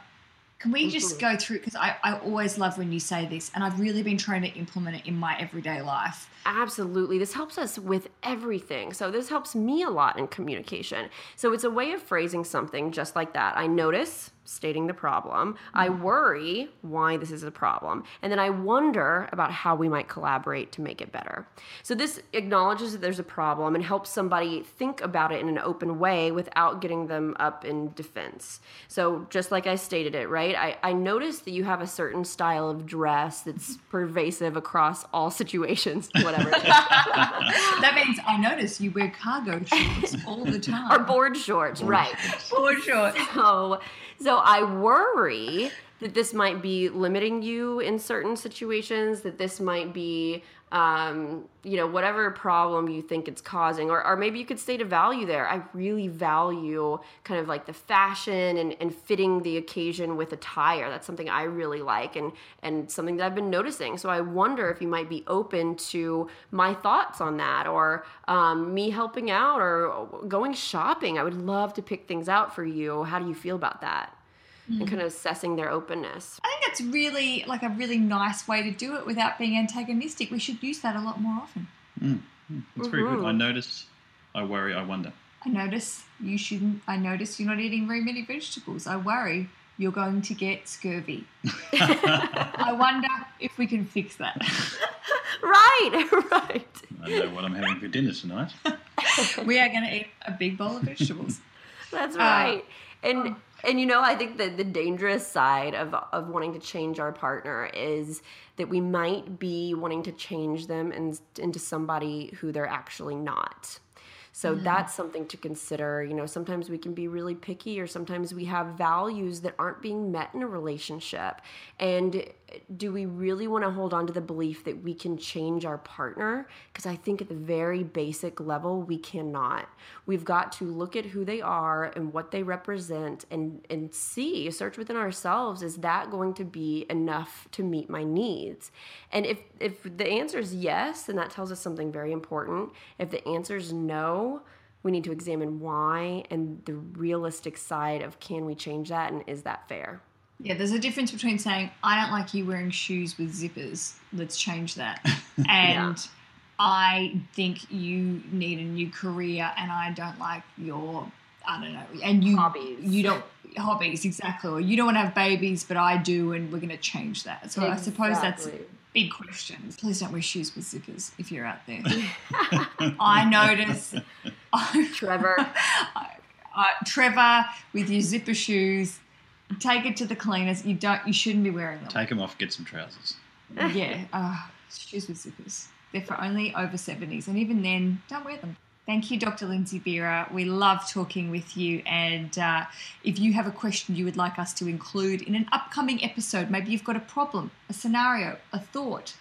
Speaker 2: Can we just
Speaker 14: Mm-hmm.
Speaker 2: go through because I, I always love when you say this and I've really been trying to implement it in my everyday life.
Speaker 14: Absolutely. This helps us with everything. So, this helps me a lot in communication. So, it's a way of phrasing something just like that. I notice, stating the problem. I worry why this is a problem. And then I wonder about how we might collaborate to make it better. So, this acknowledges that there's a problem and helps somebody think about it in an open way without getting them up in defense. So, just like I stated it, right? I, I noticed that you have a certain style of dress that's pervasive across all situations, whatever it is.
Speaker 2: that means I notice you wear cargo shorts all the time.
Speaker 14: Or board shorts, right.
Speaker 2: Board shorts.
Speaker 14: So, so I worry that this might be limiting you in certain situations, that this might be, um, you know, whatever problem you think it's causing, or, or maybe you could state a value there. I really value kind of like the fashion and, and fitting the occasion with attire. That's something I really like and, and something that I've been noticing. So I wonder if you might be open to my thoughts on that or um, me helping out or going shopping. I would love to pick things out for you. How do you feel about that? and kind of assessing their openness.
Speaker 15: I think that's really like a really nice way to do it without being antagonistic. We should use that a lot more often.
Speaker 3: Mm. Mm. That's very good.
Speaker 15: Mhm.
Speaker 3: I
Speaker 14: Mm-hmm.
Speaker 3: notice, I worry, I wonder.
Speaker 15: I notice you shouldn't. I notice you're not eating very many vegetables. I worry you're going to get scurvy. I wonder if we can fix that.
Speaker 14: right,
Speaker 3: I know what I'm having for dinner tonight.
Speaker 15: we are going to eat a big bowl of vegetables.
Speaker 14: That's
Speaker 15: Uh,
Speaker 14: right. and
Speaker 2: oh.
Speaker 14: and you know, I think that the dangerous side of of wanting to change our partner is that we might be wanting to change them and into somebody who they're actually not. So
Speaker 16: Mm.
Speaker 14: that's something to consider. You know, sometimes we can be really picky or sometimes we have values that aren't being met in a relationship. And do we really want to hold on to the belief that we can change our partner? Because I think at the very basic level, we cannot. We've got to look at who they are and what they represent and, and see, search within ourselves, is that going to be enough to meet my needs? And if, if the answer is yes, then that tells us something very important. If the answer is no, we need to examine why and the realistic side of can we change that and is that fair?
Speaker 15: Yeah, there's a difference between saying, I don't like you wearing shoes with zippers, let's change that, and I think you need a new career, and I don't like your, I don't know, and you, hobbies. you don't, hobbies, exactly, or you don't want to have babies, but I do, and we're going to change that. So I suppose that's
Speaker 14: Exactly.
Speaker 15: big questions. Please don't wear shoes with zippers if you're out there. I notice
Speaker 14: Trevor.
Speaker 15: uh, Trevor with your zipper shoes. Take it to the cleaners. You don't. You shouldn't be wearing them.
Speaker 3: Take them off, get some trousers.
Speaker 15: yeah, uh, shoes with zippers. They're for only over seventies, and even then, don't wear them. Thank you, Dr. Lindsay Bira. We love talking with you. And uh, if you have a question you would like us to include in an upcoming episode, maybe you've got a problem, a scenario, a thought,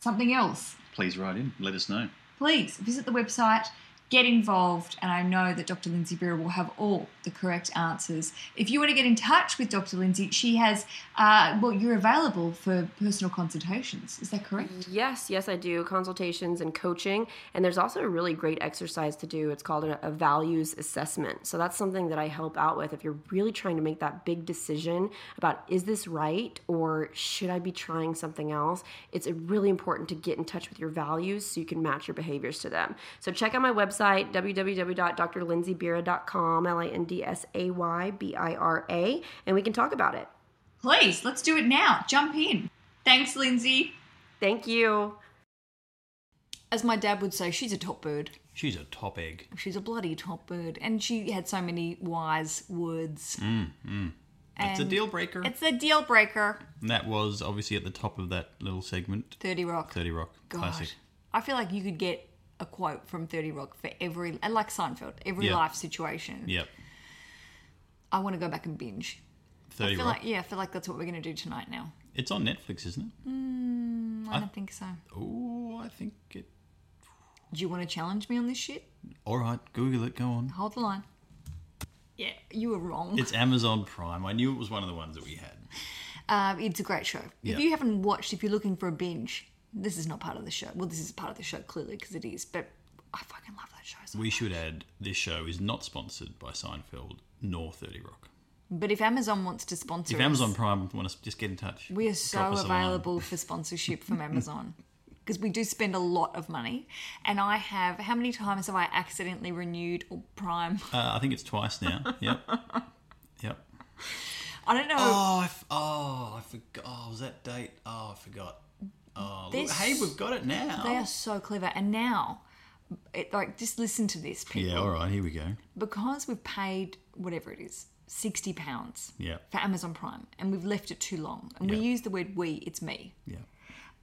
Speaker 15: something else,
Speaker 3: Please write in. Let us know.
Speaker 15: please visit the website, get involved, and I know that Dr. Lindsay Brewer will have all the correct answers. If you want to get in touch with Dr. Lindsay, she has, uh, well, you're available for personal consultations. Is that correct?
Speaker 14: Yes, yes, I do consultations and coaching. And there's also a really great exercise to do. It's called a, a values assessment. So that's something that I help out with if you're really trying to make that big decision about is this right or should I be trying something else? It's really important to get in touch with your values so you can match your behaviors to them. So check out my website, www.drlindsaybira.com, L I N D S A Y B I R A, and we can talk about it.
Speaker 15: Please, let's do it now. Jump in. Thanks, Lindsay.
Speaker 14: Thank you.
Speaker 2: As my dad would say, she's a top bird.
Speaker 3: She's a top egg.
Speaker 2: She's a bloody top bird. And she had so many wise words.
Speaker 3: Mm, mm. It's a
Speaker 2: And
Speaker 3: deal breaker.
Speaker 2: It's a deal breaker.
Speaker 3: And that was obviously at the top of that little segment.
Speaker 2: 30 Rock.
Speaker 3: 30 Rock.
Speaker 2: Gosh.
Speaker 3: Classic.
Speaker 2: I feel like you could get a quote from 30 Rock for every, and like Seinfeld, every
Speaker 3: Yeah.
Speaker 2: life situation.
Speaker 3: Yep.
Speaker 2: I want to go back and binge.
Speaker 3: 30
Speaker 2: I feel
Speaker 3: Rock.
Speaker 2: like, yeah, I feel like that's what we're going to do tonight now.
Speaker 3: It's on Netflix, isn't
Speaker 2: Mm, I
Speaker 3: I-
Speaker 2: don't think so.
Speaker 3: it? Oh, I think it.
Speaker 2: Do you want to challenge me on this shit?
Speaker 3: All right, Google it. Go on.
Speaker 2: Hold the line. Yeah, you were wrong.
Speaker 3: It's Amazon Prime. I knew it was one of the ones that we had.
Speaker 2: Um, it's a great show.
Speaker 3: Yeah.
Speaker 2: If you haven't watched, if you're looking for a binge, this is not part of the show. Well, this is part of the show clearly because it is, but I fucking love that show. So
Speaker 3: We should add this show is not sponsored by Seinfeld nor 30 Rock.
Speaker 2: But if Amazon wants to sponsor
Speaker 3: if
Speaker 2: us,
Speaker 3: Amazon Prime want to just get in touch,
Speaker 2: we are
Speaker 3: drop
Speaker 2: so
Speaker 3: us a line.
Speaker 2: available for sponsorship from Amazon because we do spend a lot of money. And I have, how many times have I accidentally renewed or Prime?
Speaker 3: Uh, I think it's twice now. Yep. Yep.
Speaker 2: I don't know.
Speaker 3: Oh, I f- oh, I forgot. Oh, was that date? Oh, I forgot. Oh, look,
Speaker 2: This-
Speaker 3: hey, we've got it
Speaker 2: They are
Speaker 3: now.
Speaker 2: so clever. And now, it, like, just listen to this, people.
Speaker 3: Yeah, all right, here we go.
Speaker 2: Because we've paid whatever it is, sixty pounds
Speaker 3: Yeah.
Speaker 2: for Amazon Prime, and we've left it too long, and we
Speaker 3: Yeah.
Speaker 2: use the word "we," it's me.
Speaker 3: Yeah.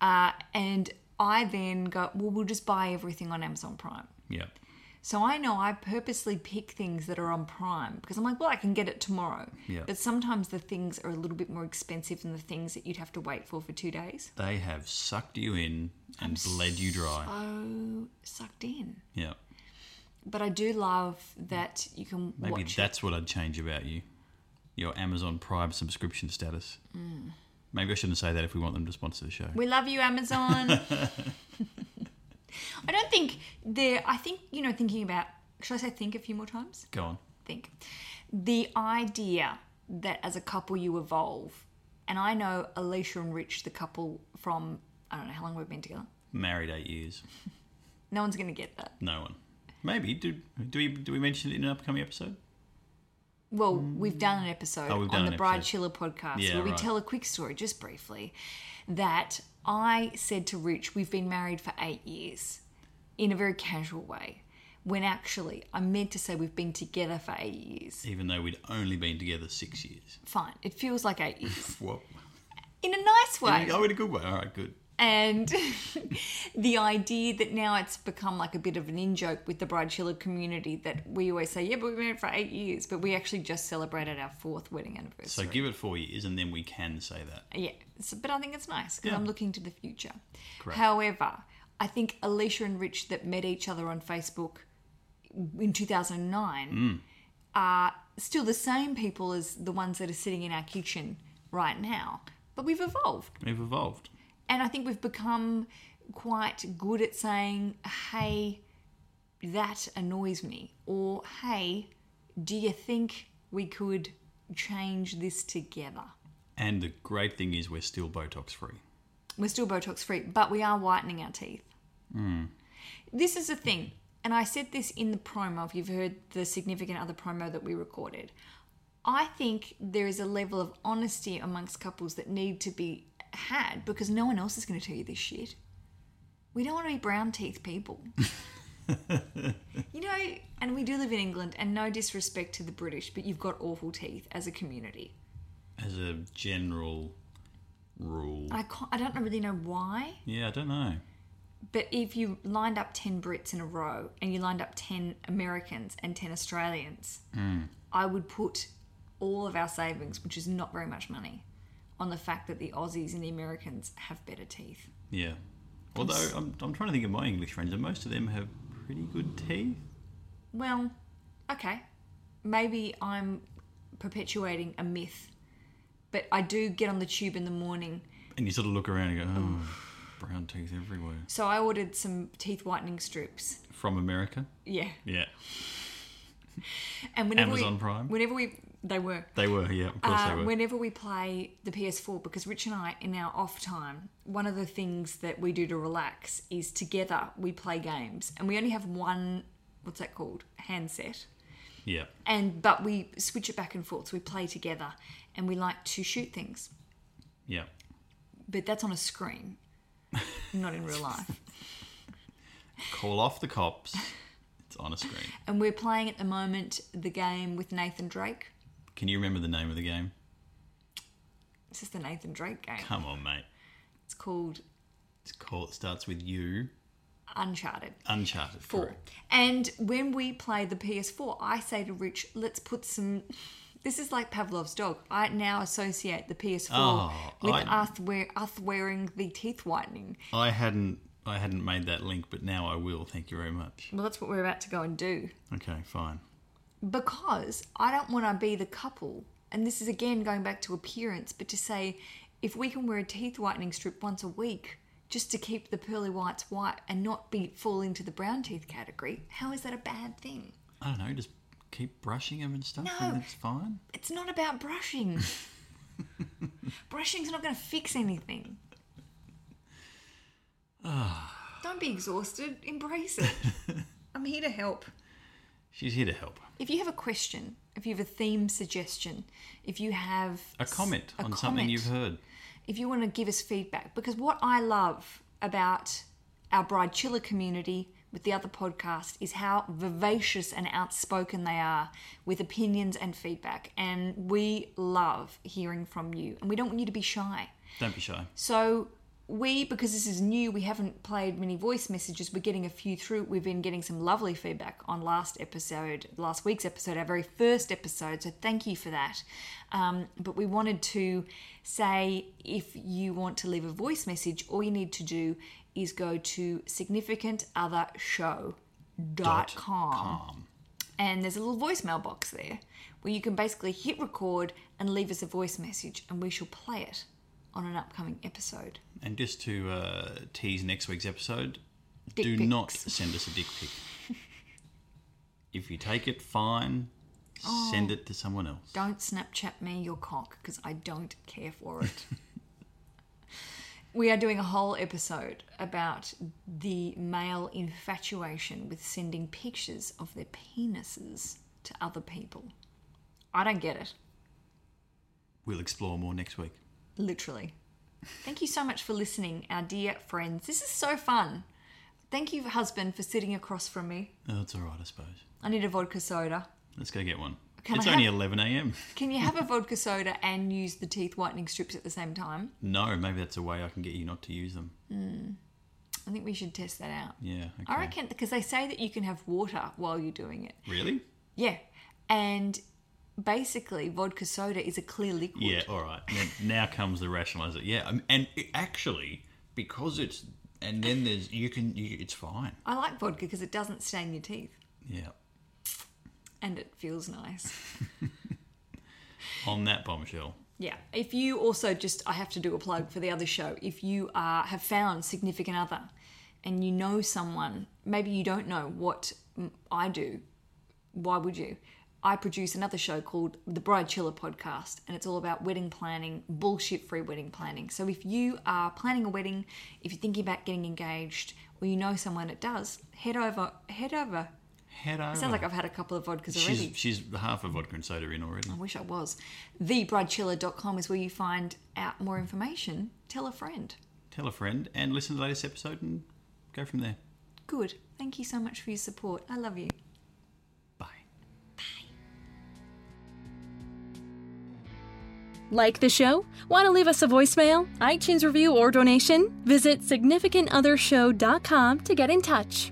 Speaker 2: Uh, and I then go, well, we'll just buy everything on Amazon Prime.
Speaker 3: Yeah.
Speaker 2: So I know I purposely pick things that are on Prime because I'm like, well, I can get it tomorrow.
Speaker 3: Yeah.
Speaker 2: But sometimes the things are a little bit more expensive than the things that you'd have to wait for for two days.
Speaker 3: They have sucked you in and bled you dry.
Speaker 2: So sucked in.
Speaker 3: Yeah.
Speaker 2: But I do love that you can
Speaker 3: Maybe
Speaker 2: watch
Speaker 3: that's what I'd change about you. Your Amazon Prime subscription status.
Speaker 2: it. Mm.
Speaker 3: Maybe I shouldn't say that if we want them to sponsor the show.
Speaker 2: We love you, Amazon. I don't think there. I think you know. Thinking about. Should I say think a few more times?
Speaker 3: Go on.
Speaker 2: think. The idea that as a couple you evolve, and I know Alicia and Rich, the couple from I don't know how long we've been together.
Speaker 3: Married eight years.
Speaker 2: No one's gonna get that.
Speaker 3: No one. Maybe. Do, do, we, do we mention it in an upcoming episode?
Speaker 2: Well, we've done an episode
Speaker 3: Mm. Oh, we've done
Speaker 2: on
Speaker 3: an
Speaker 2: the Bride
Speaker 3: episode.
Speaker 2: Chiller podcast
Speaker 3: Yeah,
Speaker 2: where we
Speaker 3: right.
Speaker 2: tell a quick story, just briefly, that I said to Rich, We've been married for eight years in a very casual way, when actually I meant to say we've been together for eight years.
Speaker 3: Even though we'd only been together six years.
Speaker 2: Fine, it feels like eight years.
Speaker 3: What?
Speaker 2: in a nice way.
Speaker 3: Oh, in a good way. All right, good.
Speaker 2: and the idea that now it's become like a bit of an in joke with the bridezilla community that we always say, yeah, but we've been married for eight years, but we actually just celebrated our fourth wedding
Speaker 3: So
Speaker 2: anniversary.
Speaker 3: give it four years and then we can say that.
Speaker 2: yeah, so, but I think it's nice because
Speaker 3: Yeah.
Speaker 2: I'm looking to the future.
Speaker 3: Correct.
Speaker 2: However, I think Alicia and Rich that met each other on Facebook in 2009
Speaker 3: Mm.
Speaker 2: are still the same people as the ones that are sitting in our kitchen right now, but we've evolved.
Speaker 3: We've evolved.
Speaker 2: And I think we've become quite good at saying, hey, that annoys me. Or, hey, do you think we could change this together?
Speaker 3: And the great thing is we're still Botox free.
Speaker 2: We're still Botox free, but we are whitening our teeth.
Speaker 3: Mm.
Speaker 2: This is the thing, and I said this in the promo, if you've heard the significant other promo that we recorded. I think there is a level of honesty amongst couples that need to be had because no one else is going to tell you this shit. We don't want to be brown teeth people. you know, and we do live in England, and no disrespect to the British, but you've got awful teeth as a community.
Speaker 3: As a general rule.
Speaker 2: I, can't, I don't really know why.
Speaker 3: Yeah, I don't know.
Speaker 2: But if you lined up 10 Brits in a row and you lined up 10 Americans and 10 Australians,
Speaker 3: Mm.
Speaker 2: I would put all of our savings, which is not very much money, on the fact that the Aussies and the Americans have better teeth.
Speaker 3: Yeah. Although I'm, I'm trying to think of my English friends, and most of them have pretty good teeth.
Speaker 2: Well, okay. Maybe I'm perpetuating a myth, but I do get on the tube in the morning.
Speaker 3: And you sort of look around and go, oh, brown teeth everywhere.
Speaker 2: So I ordered some teeth whitening strips.
Speaker 3: From America?
Speaker 2: Yeah.
Speaker 3: Yeah.
Speaker 2: And whenever
Speaker 3: Amazon
Speaker 2: we,
Speaker 3: Prime?
Speaker 2: Whenever we. They were.
Speaker 3: They were, yeah, of course
Speaker 2: uh,
Speaker 3: they were.
Speaker 2: Whenever we play the PS4, because Rich and I, in our off time, one of the things that we do to relax is together we play games, and we only have one. What's that called? Handset.
Speaker 3: Yeah.
Speaker 2: And but we switch it back and forth. So we play together, and we like to shoot things,
Speaker 3: Yeah.
Speaker 2: but that's on a screen, not in real life.
Speaker 3: Call off the cops. It's on a screen.
Speaker 2: And we're playing at the moment the game with Nathan Drake.
Speaker 3: Can you remember the name of the game?
Speaker 2: This is the Nathan Drake game.
Speaker 3: Come on, mate.
Speaker 2: It's called
Speaker 3: It's called. It starts with you.
Speaker 2: Uncharted.
Speaker 3: Uncharted.
Speaker 2: Four.
Speaker 3: correct.
Speaker 2: And when we play the PS4, I say to Rich, let's put some. This is like Pavlov's dog. I now associate the PS4
Speaker 3: Oh,
Speaker 2: with
Speaker 3: I-
Speaker 2: us, wear, us wearing the teeth whitening.
Speaker 3: I hadn't. I hadn't made that link, but now I will. Thank you very much.
Speaker 2: Well, that's what we're about to go and do.
Speaker 3: Okay, fine.
Speaker 2: Because I don't want to be the couple, and this is again going back to appearance, but to say if we can wear a teeth whitening strip once a week just to keep the pearly whites white and not be fall into the brown teeth category, how is that a bad thing?
Speaker 3: I don't know. Just keep brushing them and stuff, and
Speaker 2: No.
Speaker 3: it's fine.
Speaker 2: It's not about brushing. Brushing's not going to fix anything.
Speaker 3: Ah,
Speaker 2: Don't be exhausted. Embrace it. I'm here to help.
Speaker 3: she's here to help.
Speaker 2: If you have a question, if you have a theme suggestion, if you have
Speaker 3: A comment
Speaker 2: a
Speaker 3: on something
Speaker 2: comment.
Speaker 3: you've heard.
Speaker 2: if you want to give us feedback, because what I love about our Bride Chiller community with the other podcast is how vivacious and outspoken they are with opinions and feedback. And we love hearing from you, and we don't want you to be shy.
Speaker 3: Don't be shy.
Speaker 2: So we because this is new we haven't played many voice messages we're getting a few through we've been getting some lovely feedback on last episode last week's episode our very first episode so thank you for that um, but we wanted to say if you want to leave a voice message all you need to do is go to significantothershow.com and there's a little voicemail box there where you can basically hit record and leave us a voice message and we shall play it on an upcoming episode
Speaker 3: And just to uh, tease next week's episode,
Speaker 2: Dick
Speaker 3: do
Speaker 2: pics.
Speaker 3: not send us a dick pic. if you take it, fine. Send
Speaker 2: Oh.
Speaker 3: it to someone else.
Speaker 2: Don't Snapchat me your cock because I don't care for it. we are doing a whole episode about the male infatuation with sending pictures of their penises to other people. I don't get it,
Speaker 3: We'll explore more next week.
Speaker 2: literally. Thank you so much for listening, our dear friends. This is so fun. Thank you, husband, for sitting across from me.
Speaker 3: Oh, it's all right, I suppose.
Speaker 2: I need a vodka soda.
Speaker 3: Let's go get one.
Speaker 2: Can
Speaker 3: it's
Speaker 2: I
Speaker 3: only
Speaker 2: have-
Speaker 3: 11 a.m.
Speaker 2: Can you have a vodka soda and use the teeth whitening strips at the same time?
Speaker 3: No, maybe that's a way I can get you not to use them.
Speaker 2: Hmm. I think we should test that out.
Speaker 3: Yeah. Okay.
Speaker 2: I reckon because they say that you can have water while you're doing it.
Speaker 3: Really?
Speaker 2: Yeah, and basically vodka soda is a clear liquid.
Speaker 3: Yeah, all right. Now, now comes the rationalizer. Yeah, um, and it actually, because it's, and then there's, you can, you, it's fine.
Speaker 2: I like vodka because it doesn't stain your teeth
Speaker 3: Yeah.
Speaker 2: and it feels nice.
Speaker 3: On that bombshell.
Speaker 2: Yeah. If you also just, I have to do a plug for the other show. If you uh, have found significant other, and you know someone, maybe you don't know what mm, I do. Why would you? I produce another show called the Bride Chiller Podcast, and it's all about wedding planning, bullshit free wedding planning. So if you are planning a wedding, if you're thinking about getting engaged, or you know someone that does, head over. Head over.
Speaker 3: Head
Speaker 2: It
Speaker 3: over.
Speaker 2: sounds like I've had a couple of vodkas already.
Speaker 3: Oh. She's, she's half a vodka and soda in already.
Speaker 2: I wish I was. Thebridechiller.com is where you find out more information. Tell a friend.
Speaker 3: Tell a friend and listen to the latest episode and go from there.
Speaker 2: Good. Thank you so much for your support. I love you.
Speaker 1: Like the show? Want to leave us a voicemail, iTunes review, or donation? Visit significantothershow.com to get in touch.